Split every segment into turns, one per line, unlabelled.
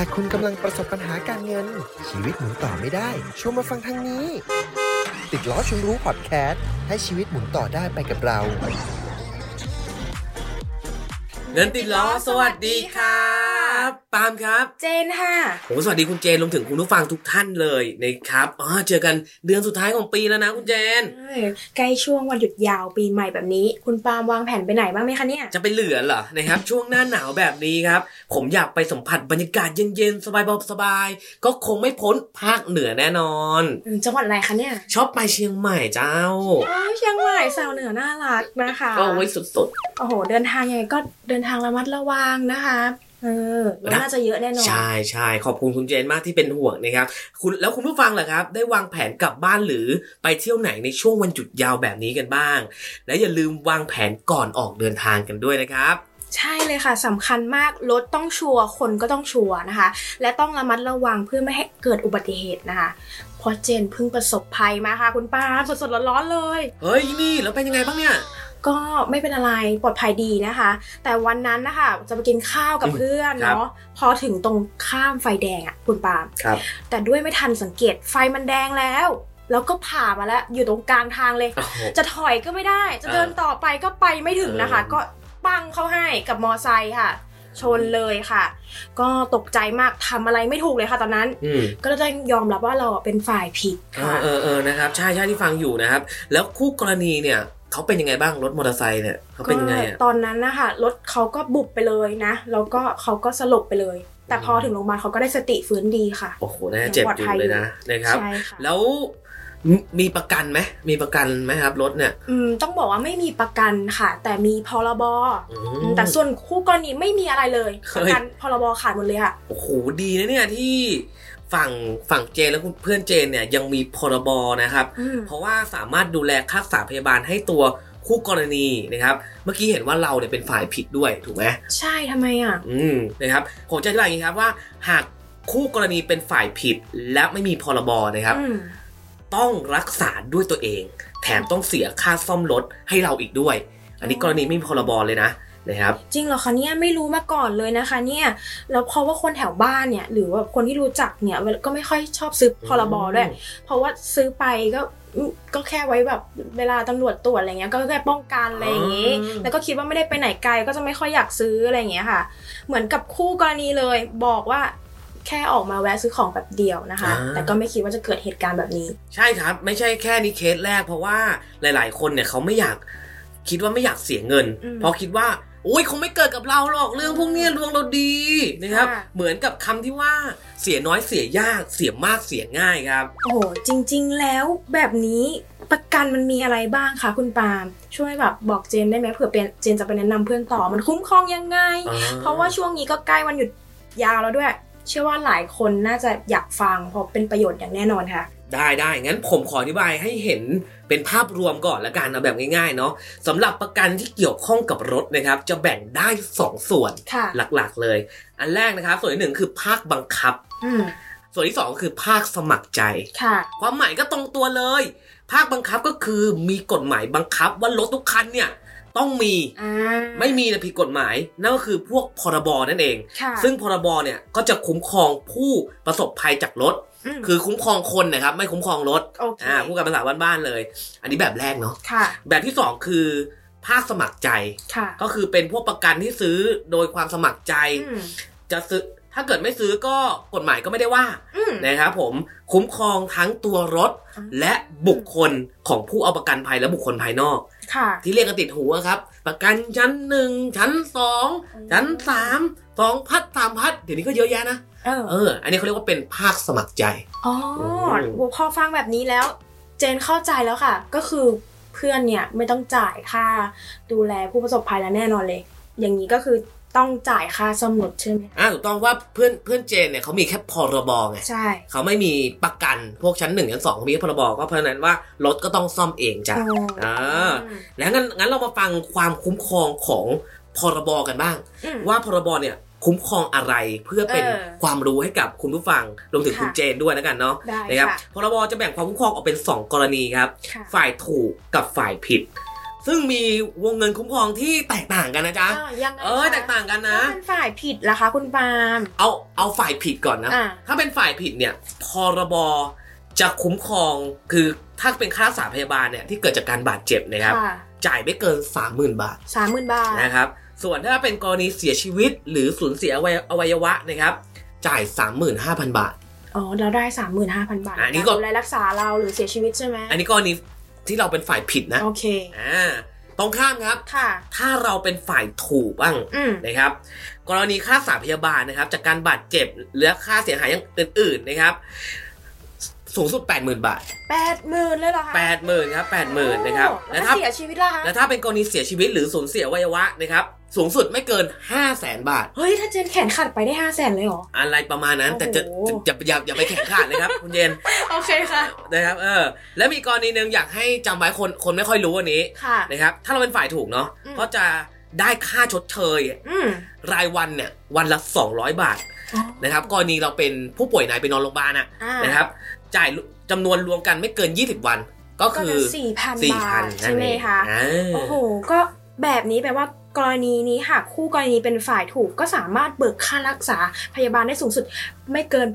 ากคุณกำลังประสบปัญหาการเงิน ชีวิตหมุนต่อไม่ได้ ชวนมาฟังทางนี้ ติดล้อชวนรู้พอดแคสต์ให้ชีวิตหมุนต่อได้ไปกับเรา
เงินติดล้อสวัสดีครับปาล์มครับ
เจนค่ะ
ผมสวัสดีคุณเจนรวมถึงคุณผู้ฟังทุกท่านเลยนะครับอ๋อเจอกันเดือนสุดท้ายของปีแล้วนะคุณเจน
ใกล้ช่วงวันหยุดยาวปีใหม่แบบนี้ คุณปาล์มวางแผนไปไหนบ้างไหมคะเนี่ย
จะไปเหลือเหรอนะครับ ช่วงหน้าหนาวแบบนี้ครับ ผมอยากไปสัมผัสบรรยากาศเย็นๆ สบายๆ ก็คงไม่พ้นภาคเหนือแน่นอน
อืมจังหวัดอะไรคะเนี่ย
ชอบไปเชียงใหม่เจ้า
อ๋อเชียงใหม่สาวเหนือน่ารักนะคะ
ก็ไว้สุด
โอ้โห เดินทางยังไงก็เดินทางระมัดระวังนะคะเออรถ
นะ
น่าจะเยอะแน่นอน
ใช่ใช่ขอบคุณคุณเจนมากที่เป็นห่วงนะครับ คุณแล้วคุณผู้ฟังล่ะครับ ได้วางแผนกลับบ้านหรือไปเที่ยวไหนในช่วงวันหยุดยาวแบบนี้กันบ้าง และอย่าลืมวางแผนก่อนออกเดินทางกันด้วยนะครับ
ใช่เลยค่ะสำคัญมากรถต้องชัวร์คนก็ต้องชัวร์นะคะ และต้องระมัดระวังเพื่อไม่ให้เกิดอุบัติเหตุนะคะเพราะเจนเพิ่งประสบภัยมาค่ะ คุณปาล์มสดๆร้อนๆเลย
เฮ้ยนี่แล้วเป็นยังไงบ้างเนี่ย
ก็ไม่เป็นอะไรปลอดภัยดีนะคะ แต่วันนั้นนะคะจะไปกินข้าวกับ
อืม
เพื่อน
ครับ
เนาะพอถึงตรงข้ามไฟแดงอะคุณปาล์ม
ครับ
แต่ด้วยไม่ทันสังเกตไฟมันแดงแล้ว แล้วก็ผ่ามาแล้วอยู่ตรงกลางทางเลย
โอ้โห
จะถอยก็ไม่ได้ จะเดินต่อไปก็ไปไม่ถึงนะคะ
เออ
ก็ปังเข้าให้กับมอไซค์ค่ะ ชนเลยค่ะ ก็ตกใจมากทำอะไรไม่ถูกเลยค่ะตอนนั้น
อืม
ก็ต้องยอมรับว่าเราอะเป็นฝ่ายผิด
เอ
ค่ะ
อเออเออนะครับใช่ใช่ที่ฟังอยู่นะครับ แล้วคู่กรณีเนี่ยเขาเป็นยังไงบ้างรถมอเตอร์ไซค์เนี่ยเขาเป็นยังไงอ่ะ
ก็ตอนนั้นนะคะรถเขาก็บุบไปเลยนะแล้วก็เขาก็สลบไปเลย แต่พอ
อืม
ถึงโรงพยาบาลเขาก็ได้สติฟื้นดีค่ะ
โอ้โหน่าเจ็บอยู่เลยนะนะครับ
ใช่ค่ะ
แล้วมมีประกันไหมมีประกันไหมครับรถเนี่ย
อืมต้องบอกว่าไม่มีประกันค่ะ แต่มีพรบ
อื
อื
ม
มแต่ส่วนคู่กรณีไม่มีอะไรเลยป
เฮ้ย
ระกันพรบขาดหมดเลยค่ะ
โอ้โหดีนะเนี่ยที่ฝั่งฝั่งเจนและคุณเพื่อนเจนเนี่ยยังมีพรบนะครับ
อืม
เพราะว่าสามารถดูแลค่ารักษาพยาบาลให้ตัวคู่กรณีนะครับ เมื่อกี้เห็นว่าเราเนี่ยเป็นฝ่ายผิดด้วยถูกไหม
ใช่ทำไมอ่ะ
อืมนะครับผมจะอธิบายอย่างนี้ครับว่า หากคู่กรณีเป็นฝ่ายผิดและไม่มีพรบนะครับ
อืม
ต้องรักษาด้วยตัวเอง แถมต้องเสียค่าซ่อมรถให้เราอีกด้วย อันนี้กรณีไม่มีพรบเลยนะนะครับ
จริงเหรอคะเนี่ยไม่รู้มาก่อนเลยนะคะ เนี่ยแล้วเพราะว่าคนแถวบ้านเนี่ย หรือว่าคนที่รู้จักเนี่ยก็ไม่ค่อยชอบซื้อพรบด้วย เพราะว่าซื้อไปก็ก็แค่ไว้แบบเวลาตำรวจตรวจอะไรเงี้ยก็แค่ป้องกันอะไรอย่างงี้
อ๋อ
แล้วก็คิดว่าไม่ได้ไปไหนไกลก็จะไม่ค่อยอยากซื้ออะไรอย่างเงี้ยค่ะ เหมือนกับคู่กรณีเลยบอกว่าแค่ออกมาแวะซื้อของแบบเดียวนะคะ
อ่า
แต่ก็ไม่คิดว่าจะเกิดเหตุการณ์แบบนี้
ใช่ครับ ไม่ใช่แค่นี้เคสแรก เพราะว่าหลาย ๆ คนเนี่ยเขาไม่อยากคิดว่าไม่อยากเสียเงิน
อืม
เพราะคิดว่าโอ้ยคงไม่เกิดกับเราหรอกเรื่องพวกเนี้ยดวงเราดีนะครับ
ค่ะ
เหมือนกับคำที่ว่าเสียน้อยเสียยากเสียมากเสียง่ายครับ
โอ้โหจริง ๆ แล้วแบบนี้ประกันมันมีอะไรบ้างคะคุณปาล์มช่วยแบบบอกเจนได้ไหมเผื่อเป็นเจนจะไปแนะนำเพื่อนต่อมันคุ้มครองยังไง เพราะว่าช่วงนี้ก็ใกล้วันหยุดยาวแล้วด้วย เชื่อว่าหลายคนน่าจะอยากฟังเพราะเป็นประโยชน์อย่างแน่นอนค่ะ
ได้ได้งั้นผมขออธิบายให้เห็นเป็นภาพรวมก่อนละกันเอาแบบง่ายๆเนาะสำหรับประกันที่เกี่ยวข้องกับรถนะครับ จะแบ่งได้ 2 ส่วน
ค่ะ
หลักๆเลย อันแรกนะครับ ส่วนที่หนึ่งคือภาคบังคับ
อืม
ส่วนที่ 2 คือภาคสมัครใจ
ค่ะ
ความหมายก็ตรงตัวเลย ภาคบังคับก็คือมีกฎหมายบังคับว่ารถทุกคันเนี่ยต้องมี
อ่า
ไม่มีนะผิดกฎหมายนั่นก็คือพวกพรบนั่นเอง
ค่ะ
ซึ่งพรบเนี่ยก็จะคุ้มครองผู้ประสบภัยจากรถ
อืม
คือคุ้มครองคนนะครับ ไม่คุ้มครองรถ
โอเค
อ่าพูดกันภาษาบ้านๆเลย อันนี้แบบแรกเนาะ
ค่ะ
แบบที่สองคือภาคสมัครใจ
ค่ะ
ก็คือเป็นพวกประกันที่ซื้อโดยความสมัครใจ
อืม
จะซื้อถ้าเกิดไม่ซื้อก็กฎหมายก็ไม่ได้ว่า
อืม
นะครับผมคุ้มครองทั้งตัวรถ
อืม
และบุคคลของผู้เอาประกันภัยและบุคคลภายนอก
ค่ะ
ที่เรียกกันติดหูอะครับ ประกันชั้นหนึ่งชั้นสอง
อืม
ชั้นสามสองพัดสามพัดเดี๋ยวนี้ก็เยอะแยะนะ
เออ
เออ อันนี้เขาเรียกว่าเป็นภาคสมัครใจ
อ๋อโหพอฟังแบบนี้แล้ว เจนเข้าใจแล้วค่ะ ก็คือเพื่อนเนี่ยไม่ต้องจ่ายค่า ดูแลผู้ประสบภัยแล้วแน่นอนเลย อย่างนี้ก็คือต้องจ่ายค่าซ่อมรถใช่ไหม
อ่าถูกต้องว่าเพื่อนเพื่อนเจนเนี่ยเขามีแค่พรบไง
ใช่
เขาไม่มีประกันพวกชั้นหนึ่งชั้นสองเขามีแค่พรบก็เพราะฉะนั้นว่ารถก็ต้องซ่อมเองจ้ะ
อ๋ออ่
อ่าแล้วงั้นงั้นเรามาฟังความคุ้มครองของพรบกันบ้าง
อืม
ว่าพรบเนี่ยคุ้มครองอะไรเพื่อเป็น
เออ
ความรู้ให้กับคุณผู้ฟังรวมถึง
ค่ะ
คุณเจนด้วยนะกันเนาะ
ได้
นะครับ
ค่ะ
พรบจะแบ่งความคุ้มครองออกเป็นสองกรณีครับ
ค่ะ
ฝ่ายถูกกับฝ่ายผิด ซึ่งมีวงเงินคุ้มครองที่แตกต่างกันนะจ๊ะ
อ่ะยังไง
เออ
คะ
แตกต่างกันนะ
ถ้าเป็นฝ่ายผิดล่ะคะ คุณปาล์ม
เอาเอาฝ่ายผิดก่อนนะ
อ่า
ถ้าเป็นฝ่ายผิดเนี่ย พรบจะคุ้มครองคือถ้าเป็นค่ารักษาพยาบาลเนี่ยที่เกิดจากการบาดเจ็บนะครับ
ค่ะ
จ่ายไม่เกิน 30,000 บาท
สามหมื่นบาท
นะครับ ส่วนถ้าเป็นกรณีเสียชีวิตหรือสูญเสียอวัยอวัยวะนะครับ จ่าย 35,000 บาท
อ๋อเราได้สามหมื่นห้าพันบาท
อันนี้ก็
ดูแลรักษาเราหรือเสียชีวิตใช่ไหม
อันนี้กรณีที่เราเป็นฝ่ายผิดนะ
โอเค
อ่าตรงข้ามครับ
ค่ะ
ถ้าเราเป็นฝ่ายถูกบ้าง
อืม
นะครับ กรณีค่ารักษาพยาบาลนะครับ จากการบาดเจ็บและค่าเสียหายอย่างอื่นๆนะครับ สูงสุด 80,000 บาท
แปดหมื่นเลยเหรอคะ
80,000ครับ80,000นะครับ
โอ้
และ
แล้ว
ถ้า
เสียชีวิตล่ะคะ
และถ้าเป็นกรณีเสียชีวิตหรือสูญเสียอวัยวะนะครับ สูงสุดไม่เกิน 5 0 0 0 0 0 บาท
เฮ้ยถ้าเจนแขนขาดไปได้ห้าแสนเลยเหรอ
อะไรประมาณนั้นแต่จะ
โอ้โห
จะอย่าอย่าไปแข่งขันนะครับ คุณเย็น
โอเคค่ะ
นะครับเออแล้วมีกรณีหนึ่งอยากให้จำไว้คนคนไม่ค่อยรู้อันนี้
ค่ะ
นะครับ ถ้าเราเป็นฝ่ายถูกเนาะ
อืม
ก็จะได้ค่าชดเชย
อืม
รายวันเนี่ยวันละ 200 บาท
อ๋อ
นะครับกรณีเราเป็นผู้ป่วยไหนไปนอนโรงพยาบาลอะ
อ่า
นะครับ จ่ายจำนวนรวมกันไม่เกิน 20 วัน ก็
ก็
คื
จะ
อ
สี่พัน
สี่
บา
พั
ท
น
ใช่ไหมคะ
โอ้
โอ้โห ก็แบบนี้แปลว่ากรณีนี้หากคู่กรณีเป็นฝ่ายถูกก็สามารถเบิกค่ารักษาพยาบาลได้สูงสุดไม่เกิน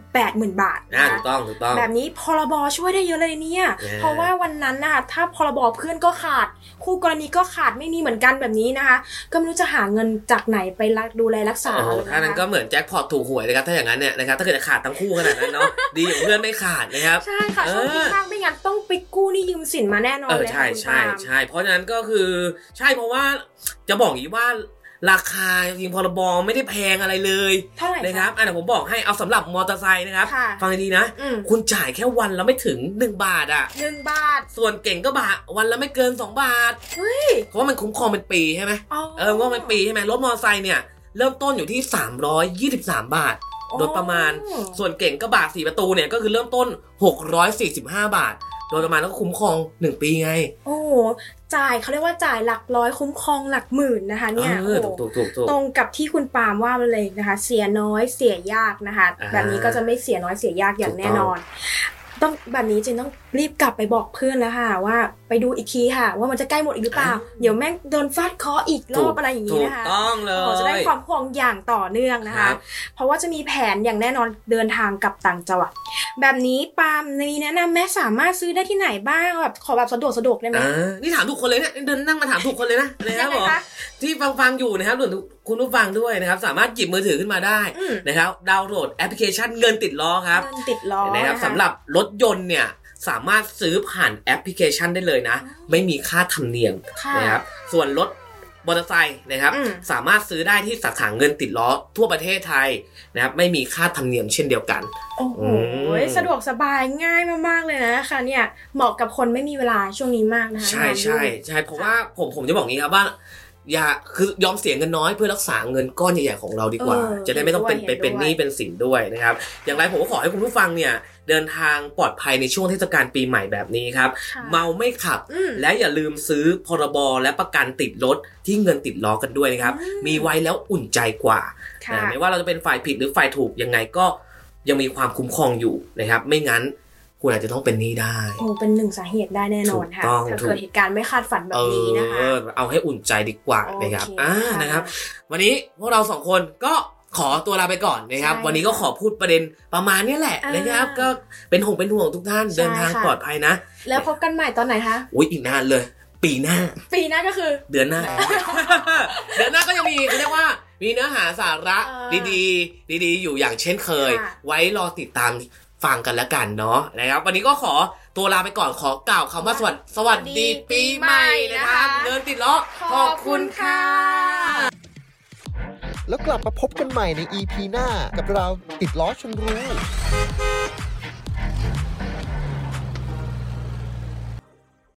80,000 บาท
นะ
นะ
ถูกต้องถูกต้อง
แบบนี้พรบช่วยได้เยอะเลยเนี่ย
เออ
เพราะว่าวันนั้นนะคะถ้าพรบเพื่อนก็ขาด คู่กรณีก็ขาดไม่มีเหมือนกันแบบนี้นะคะ ก็ไม่รู้จะหาเงินจากไหนไปรักดูแลรักษา
โอ้โห
เลยะคะ
ถ้านั้นก็เหมือนแจ็คพอตถูกหวยนะครับถ้าอย่างนั้นเนี่ยนะครับถ้าเกิดจะขาดทั้งคู่ขนาดนั้นเนาะ ดีอย่างเพื่อนไม่ขาดนะครับ
ใช่ค่ะ
เออ
ช่วงที่ข้างไม่งั้นต้องไปกู้หนี่ยืมสินมาแน่นอน
เออ
เลยค่ะ
ใช่
คุณปา
ใช่
ล์ม
ใช่เพราะฉะนั้นก็คือใช่เพราะว่าจะบอกอย่างนี้ว่าราคาจริงๆพรบไม่ได้แพงอะไรเลย
เท่าไหร่คะ
นะครับอ่ะเดี๋ยวผมบอกให้เอาสำหรับมอเตอร์ไซค์นะครับ
ค่ะ
ฟังให้ดีนะ
อืม
คุณจ่ายแค่วันละไม่ถึง 1 บาทอะ่ะ
หนึ่งบาท
ส่วนเก่งก็บาทวันละไม่เกิน 2 บาท
เฮ้ย
เพราะว่ามันคุ้มครองเป็นปีใช่ไหมเออว่าเป็นปีใช่ไหมรถมอเตอร์ไซค์เนี่ย เริ่มต้นอยู่ที่ 323 บาท โดยประมาณ
อ๋อ
ส่วนเก่งกระบะสี่ประตูเนี่ยก็คือเริ่มต้น 645 บาท โดยประมาณแล้วก็คุ้มครอง 1 ปีไง
โอ้โห จ่ายเขาเรียกว่าจ่ายหลักร้อยคุ้มครองหลักหมื่นนะคะเนี่ย
เอ
โอ้
อ
โห
ถูกถูกถูกถูก
ตรงกับที่คุณปาล์มว่ามาเลยนะคะ เสียน้อยเสียยากนะคะ
อ่า
แบบนี้ก็จะไม่เสียน้อยเสียยากอย่างแน่นอน ต้องแบบนี้จึงต้องรีบกลับไปบอกเพื่อนแล้วค่ะ ว่าไปดูอีกทีค่ะ ว่ามันจะใกล้หมดอีกหรือเปล่า
อ่า
เดี๋ยวแม่งโดนฟาดเคออีกร
ถู
อก บอะไรอย่างนี้
ถูก
นะคะ
ต้องเล
โอ้
ย
โหจะได้ความห่วงอย่างต่อเนื่องนะ
ครั
คะ
บ
เพราะว่าจะมีแผนอย่างแน่นอนเดินทางกลับต่างจังหวัดแบบนี้ปาล์มมีแนะนำแม่สามารถซื้อได้ที่ไหนบ้างแบบขอแบบสะดวกสะดวกได้ไหม
อ่า นี่ถามทุกคนเลยเนี่ยเดินนั่งมาถามทุกค นเลยนะนะครับผมที่ฟังฟังๆอยู่นะครับหรือคุณผู้ฟังด้วยนะครับ สามารถหยิบมือถือขึ้นมาได้
อืม
นะครับ ดาวน์โหลดแอปพลิเคชันเงินติดล้อครับ
เงินติดล้อ
นะครับสำหรับรถยนต์เนี่ยสามารถซื้อผ่านแอปพลิเคชันได้เลยนะ ไม่มีค่าธรรมเนียม
ค่ะ
นะครับส่วนรถมอเตอร์ไซค์นะครับ
อืม
สามารถซื้อได้ที่สาขาเงินติดล้อทั่วประเทศไทยนะครับไม่มีค่าธรรมเนียมเช่นเดียวกัน
โอ้โห
อืม
สะดวกสบายง่ายมากๆเลยนะคะเนี่ยเหมาะกับคนไม่มีเวลาช่วงนี้มากนะคะ
ใช่ใช่ใช่เพราะว่าผมผมจะบอกงี้ครับว่าอย่าคือยอมเสียเงินน้อยเพื่อรักษาเงินก้อนใหญ่ๆของเราดีกว่า จะได้ไม่ต้องเป็นเป็นเป็นหนี้เป็นสินด้วยนะครับ อย่างไรผมก็ขอให้คุณผู้ฟังเนี่ยเดินทางปลอดภัยในช่วงเทศกาลปีใหม่แบบนี้ครับ
ค่ะ
เมาไม่ขับ
อืม
และอย่าลืมซื้อพรบและประกันติดรถที่เงินติดล้อกันด้วยนะครับ
อืม
มีไว้แล้วอุ่นใจกว่า
ค่ะ
นะไม่ว่าเราจะเป็นฝ่ายผิดหรือฝ่ายถูกยังไงก็ยังมีความคุ้มครองอยู่นะครับ ไม่งั้นคุณอาจจะต้องเป็นหนี้ได้
โอ้เป็นหนึ่งสาเหตุได้แน่นอนค่ะ
ถูกต้อง
ถ้า
ถูก
เกิดเหตุการณ์ไม่คาดฝันแบ
เอบ
นี้นะคะ
อเอาให้อุ่นใจดีกว่านะครับ
โเ
อ่านะครับ วันนี้พวกเราสองคนก็ขอตัวลาไปก่อนนะครับ
ใช่
วันนี้ก็ขอพูดประเด็นประมาณเนี้ยแหละ
อ่าน
นะครับ ก็เป็นห่วงเป็นห่วงทุกท่าน
ใช่
เดินทาง
ค่ะ
ปลอดภัยนะ
แล้วพบกันใหม่ตอนไหนคะ
อุ้ยอีกนานเลย ปีหน้า
ปีหน้าก็คือ
เดือนหน้า เดือนหน้าก็ยังมีเขาเรียกว่ามีเนื้อหาสาระ
เออ
ดีๆ ดีๆ อยู่อย่างเช่นเคย
ค่ะ
ไว้รอติดตามฟังกันแล้วกันเนาะนะครับ วันนี้ก็ขอตัวลาไปก่อนขอกล่าวคำว่าสวัสดีสวัสดีปีใหม่นะครับ เดินติดล้อขอบคุณค่ะ
แล้วกลับมาพบกันใหม่ใน EP หน้ากับเราติดล้อชนรู้